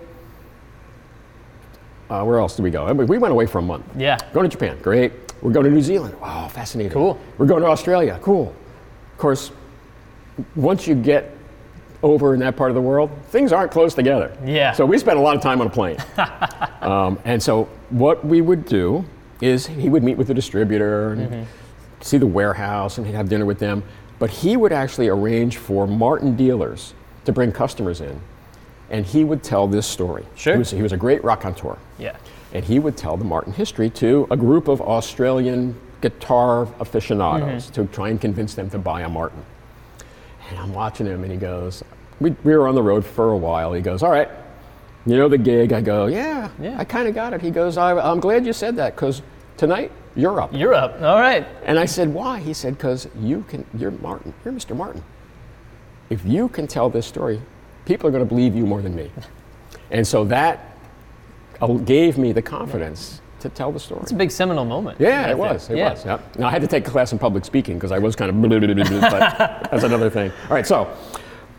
Uh, where else did we go? I mean, We went away for a month.
Yeah.
Going to Japan, great. We're going to New Zealand. Wow, fascinating. Cool. We're going to Australia. Cool. Of course, once you get over in that part of the world, things aren't close together.
Yeah.
So we spent a lot of time on a plane. um, and so what we would do is he would meet with the distributor and
Mm-hmm.
see the warehouse and he'd have dinner with them. But he would actually arrange for Martin dealers to bring customers in. And he would tell this story.
Sure.
He was, he was a great raconteur
Yeah.
and he would tell the Martin history to a group of Australian guitar aficionados to try and convince them to buy a Martin. And I'm watching him, and he goes, we, we were on the road for a while. He goes, All right, you know the gig? I go, Yeah,
Yeah.
I kind of got it. He goes, I, I'm glad you said that because tonight you're up.
You're up. All right.
And I said, Why? He said, Because you can, you're Martin, you're Mr. Martin. If you can tell this story, people are going to believe you more than me. And so that al- gave me the confidence to tell the story.
It's a big seminal moment.
Yeah,
I
it
think.
was. It
Yeah.
was. Yeah. Now I had to take a class in public speaking because I was kind of. blah, blah, blah, blah, blah, but that's another thing. All right. So,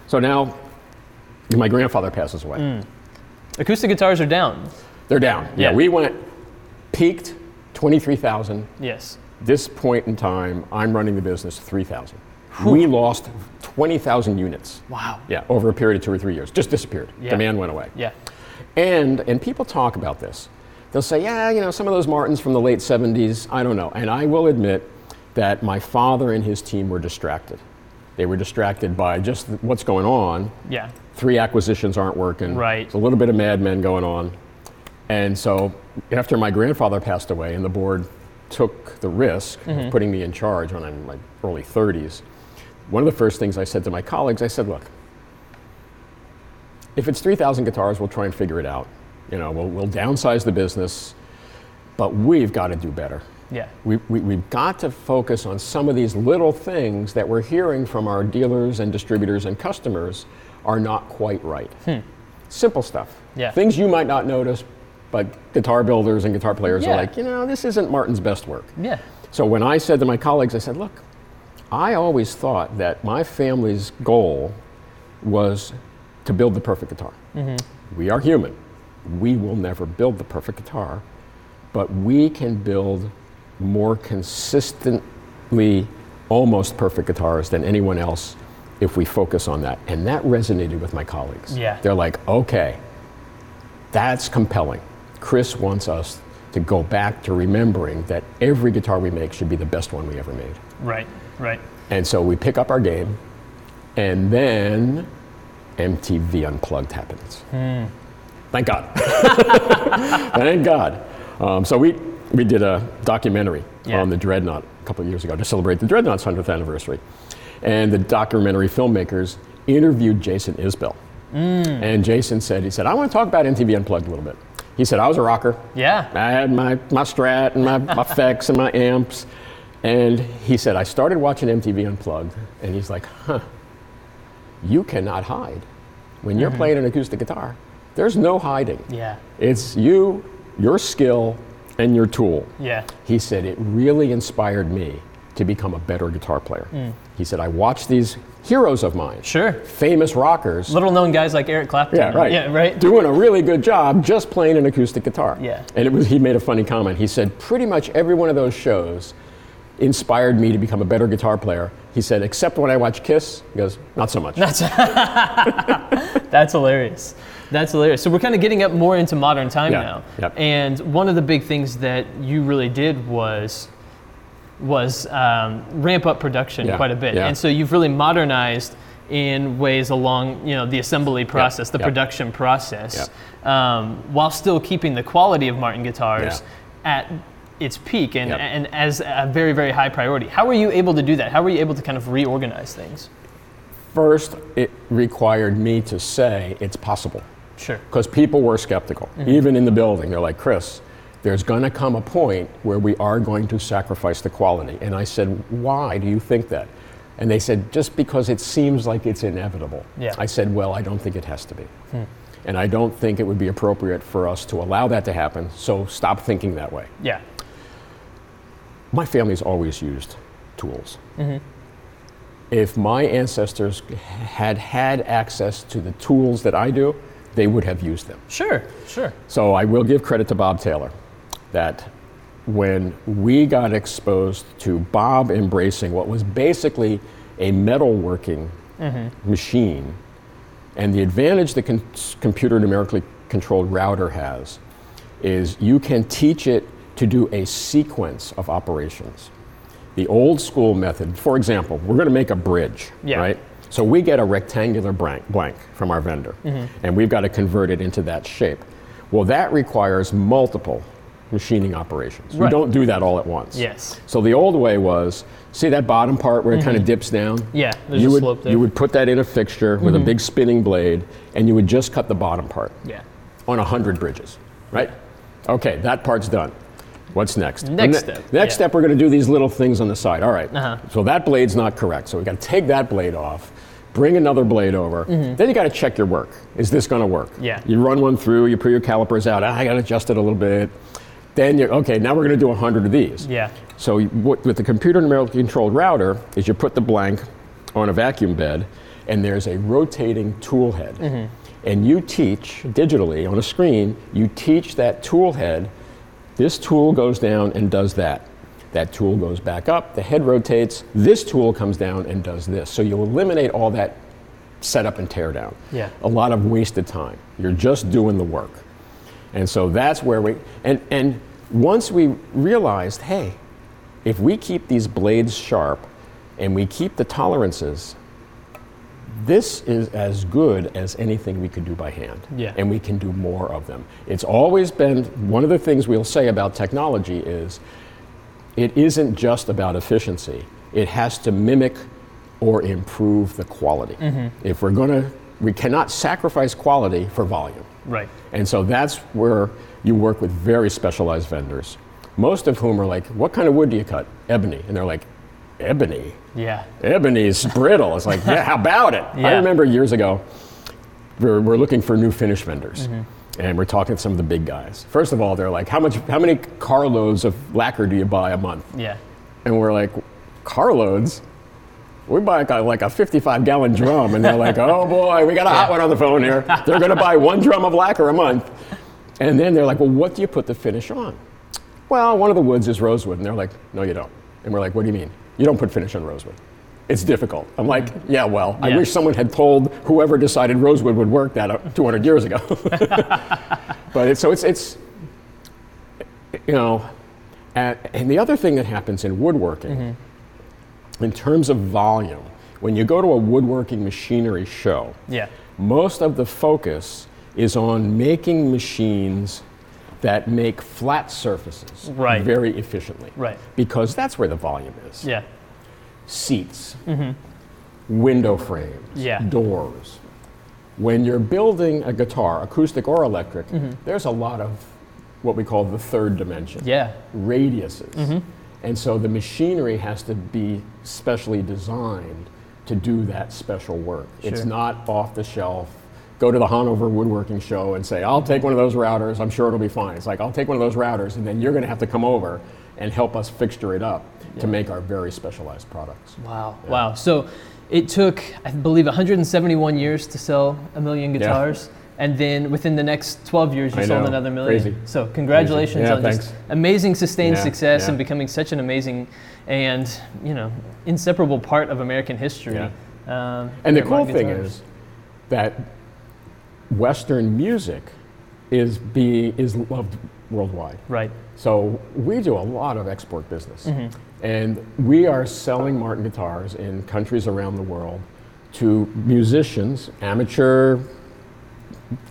so now, my grandfather passes away.
Acoustic guitars are down.
They're down. Yeah.
Yeah.
We went peaked twenty three thousand.
Yes.
This point in time, I'm running the business three thousand. We lost twenty thousand units.
Wow.
Yeah, over a period of two or three years, just disappeared.
Yeah.
Demand went away.
Yeah.
And and people talk about this. They'll say, yeah, you know, some of those Martins from the late 70s, I don't know. And I will admit that my father and his team were distracted. They were distracted by just th- what's going on.
Yeah.
Three acquisitions aren't working.
Right.
There's a little bit of Mad Men going on. And so after my grandfather passed away and the board took the risk of putting me in charge when I'm in my early 30s, one of the first things I said to my colleagues, I said, look, if it's 3,000 guitars, we'll try and figure it out. You know, we'll, we'll downsize the business, but we've got to do better.
Yeah.
We, we, we've got to focus on some of these little things that we're hearing from our dealers and distributors and customers are not quite right. Simple stuff.
Hmm. Yeah.
Things you might not notice, but guitar builders and guitar players
Yeah.
are like, you know, this isn't Martin's best work.
Yeah.
So when I said to my colleagues, I said, look, I always thought that my family's goal was to build the perfect guitar. We are human. We will never build the perfect guitar, but we can build more consistently almost perfect guitars than anyone else if we focus on that. And that resonated with my colleagues.
Yeah.
They're like, okay, that's compelling. Chris wants us to go back to remembering that every guitar we make should be the best one we ever made.
Right. Right.
And so we pick up our game, and then MTV Unplugged happens. Thank God. Thank God. Um, so we, we did a documentary
Yeah.
on the Dreadnought a couple of years ago to celebrate the Dreadnought's 100th anniversary. And the documentary filmmakers interviewed Jason Isbell. And Jason said, he said, I want to talk about MTV Unplugged a little bit. He said, I was a rocker.
Yeah.
I had my, my strat and my, my effects and my amps. And he said, I started watching MTV Unplugged. And he's like, huh, you cannot hide. When you're playing an acoustic guitar, there's no hiding.
Yeah.
It's you, your skill, and your tool.
Yeah.
He said, it really inspired me to become a better guitar player. He said, I watched these heroes of mine,
Sure.
famous rockers.
Little known guys like Eric Clapton.
Yeah, right.
Yeah. Right.
Doing a really good job just playing an acoustic guitar.
Yeah.
And it was he made a funny comment. He said pretty much every one of those shows inspired me to become a better guitar player. He said except when I watch Kiss. He goes, not so much.
That's hilarious. That's hilarious. So we're kind of getting up more into modern time
Yeah,
now.
yep.
And one of the big things that you really did was was um, ramp up production
Yeah,
quite a bit.
yeah.
And so you've really modernized in ways along you know the assembly process, the
yep.
production process, um, while still keeping the quality of Martin guitars at its peak and,
Yep.
and as a very very high priority. How were you able to do that? How were you able to kind of reorganize things?
First, it required me to say it's possible.
Sure.
Because people were skeptical. Even in the building, they're like, Chris, there's going to come a point where we are going to sacrifice the quality. And I said, Why do you think that? And they said, Just because it seems like it's inevitable.
Yeah.
I said, Well, I don't think it has to be. And I don't think it would be appropriate for us to allow that to happen, so stop thinking that way.
Yeah.
My family's always used tools. If my ancestors had had access to the tools that I do, they would have used them.
Sure. Sure.
So I will give credit to Bob Taylor that when we got exposed to Bob embracing what was basically a metalworking machine and the advantage the con- computer numerically controlled router has is you can teach it to do a sequence of operations. The old school method, for example, we're going to make a bridge,
Yeah.
right? So we get a rectangular blank, blank from our
Mm-hmm.
vendor, and we've got to convert it into that shape. Well, that requires multiple machining operations.
Right.
You don't do that all at once.
Yes. Mm-hmm.
So the old way was see that bottom part where it kind of dips down?
Yeah, there's
you
a
would,
slope there. Mm-hmm.
You would put that in a fixture with a big spinning blade, and you would just cut the bottom part
Yeah.
on 100 bridges, right? Okay, that part's done. What's next?
Next
The ne-
step,
Next
yeah.
step, we're going to do these little things on the side. All right.
Uh-huh.
So that blade's not correct. So we got to take that blade off, bring another blade over. Then you got to check your work. Is this going to work?
Mm-hmm. Yeah.
You run one through. You put your calipers out. Ah, I got to adjust it a little bit. Then you're okay. Now we're going to do 100 of these.
Yeah.
So you- what, with the computer numerically controlled router is you put the blank on a vacuum bed, and there's a rotating tool head. And you teach digitally on a screen, you teach that tool head, this tool goes down and does that. That tool goes back up, the head rotates, this tool comes down and does this. So you eliminate all that setup and tear down.
Yeah.
A lot of wasted time. You're just doing the work. And so that's where we and and once we realized, hey, if we keep these blades sharp and we keep the tolerances, this is as good as anything we could do by hand.
Yeah.
And we can do more of them. It's always been one of the things we'll say about technology is it isn't just about efficiency. It has to mimic or improve the quality. If we're going to, we cannot sacrifice quality for volume.
Right.
And so that's where you work with very specialized vendors, most of whom are like, What kind of wood do you cut? Ebony. And they're like, Ebony?
Yeah.
Ebony's brittle. It's like, Yeah, how about it? I
Yeah.
remember years ago, we we're, we're looking for new finish vendors. And we're talking to some of the big guys. First of all, they're like, how, much, how many carloads of lacquer do you buy a month?
Yeah.
And we're like, carloads? We buy like a, like a 55 gallon drum. And they're like, oh boy, we got a hot one on the phone here. They're going to buy one drum of lacquer a month. And then they're like, well, what do you put the finish on? Well, one of the woods is rosewood. And they're like, no, you don't. And we're like, what do you mean? You don't put finish on rosewood. It's difficult. I'm like, yeah, well, I
Yeah.
wish someone had told whoever decided rosewood would work that out 200 years ago. but it's, so it's, it's, you know, and, and the other thing that happens in woodworking,
Mm-hmm.
in terms of volume, when you go to a woodworking machinery show,
Yeah.
most of the focus is on making machines that make flat surfaces
Right.
very efficiently.
Right.
Because that's where the volume is.
Yeah. Mm-hmm.
Seats, window frames,
Yeah.
doors. When you're building a guitar, acoustic or electric,
Mm-hmm.
there's a lot of what we call the third dimension
Yeah.
radiuses.
Mm-hmm.
And so the machinery has to be specially designed to do that special work. It's
Sure.
not off the shelf. Go to the Hanover Woodworking Show and say, I'll take one of those routers, I'm sure it'll be fine. It's like, I'll take one of those routers, and then you're going to have to come over and help us fixture it up to make our very specialized products.
Wow. Wow. So it took, I believe, 171 years to sell a million guitars. And then within the next 12 years, you
I
sold
know.
another million.
Crazy.
So congratulations
Yeah,
on just
thanks.
amazing sustained
Yeah,
success
yeah.
and becoming such an amazing and you know inseparable part of American history.
Yeah.
Um,
And the
yeah,
cool
modern
thing
guitars.
is that Western music is, be, is loved worldwide.
right.
So we do a lot of export business. And we are selling Martin guitars in countries around the world to musicians, amateur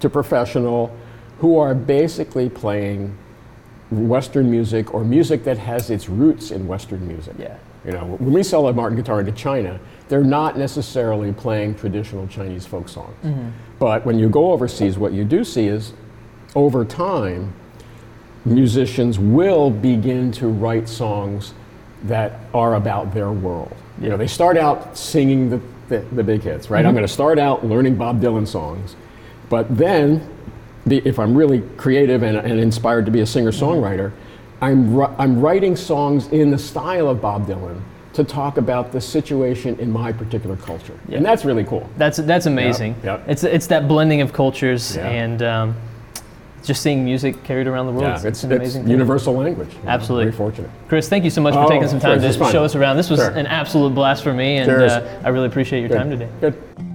to professional, who are basically playing Western music or music that has its roots in Western music.
Yeah.
You know, when we sell a Martin guitar into China, they're not necessarily playing traditional Chinese folk songs. But when you go overseas, what you do see is over time, musicians will begin to write songs that are about their world. You know, they start out singing the, the, the big hits, right? I'm going to start out learning Bob Dylan songs, but then, the, if I'm really creative and, and inspired to be a singer songwriter, I'm, ri- I'm writing songs in the style of Bob Dylan to talk about the situation in my particular culture. And that's really cool.
That's that's amazing.
yep.
It's it's that blending of cultures
Yeah.
and um, just seeing music carried around the world.
Yeah,
It's,
it's,
an
it's
amazing thing.
universal language. you know,
Absolutely.
Very fortunate.
Chris, thank you so much for
Oh,
taking some
sure,
time
this
to
was fun.
show us around. This was
Sure.
an absolute blast for me, and
Cheers.
uh, I really appreciate your time today.
Good.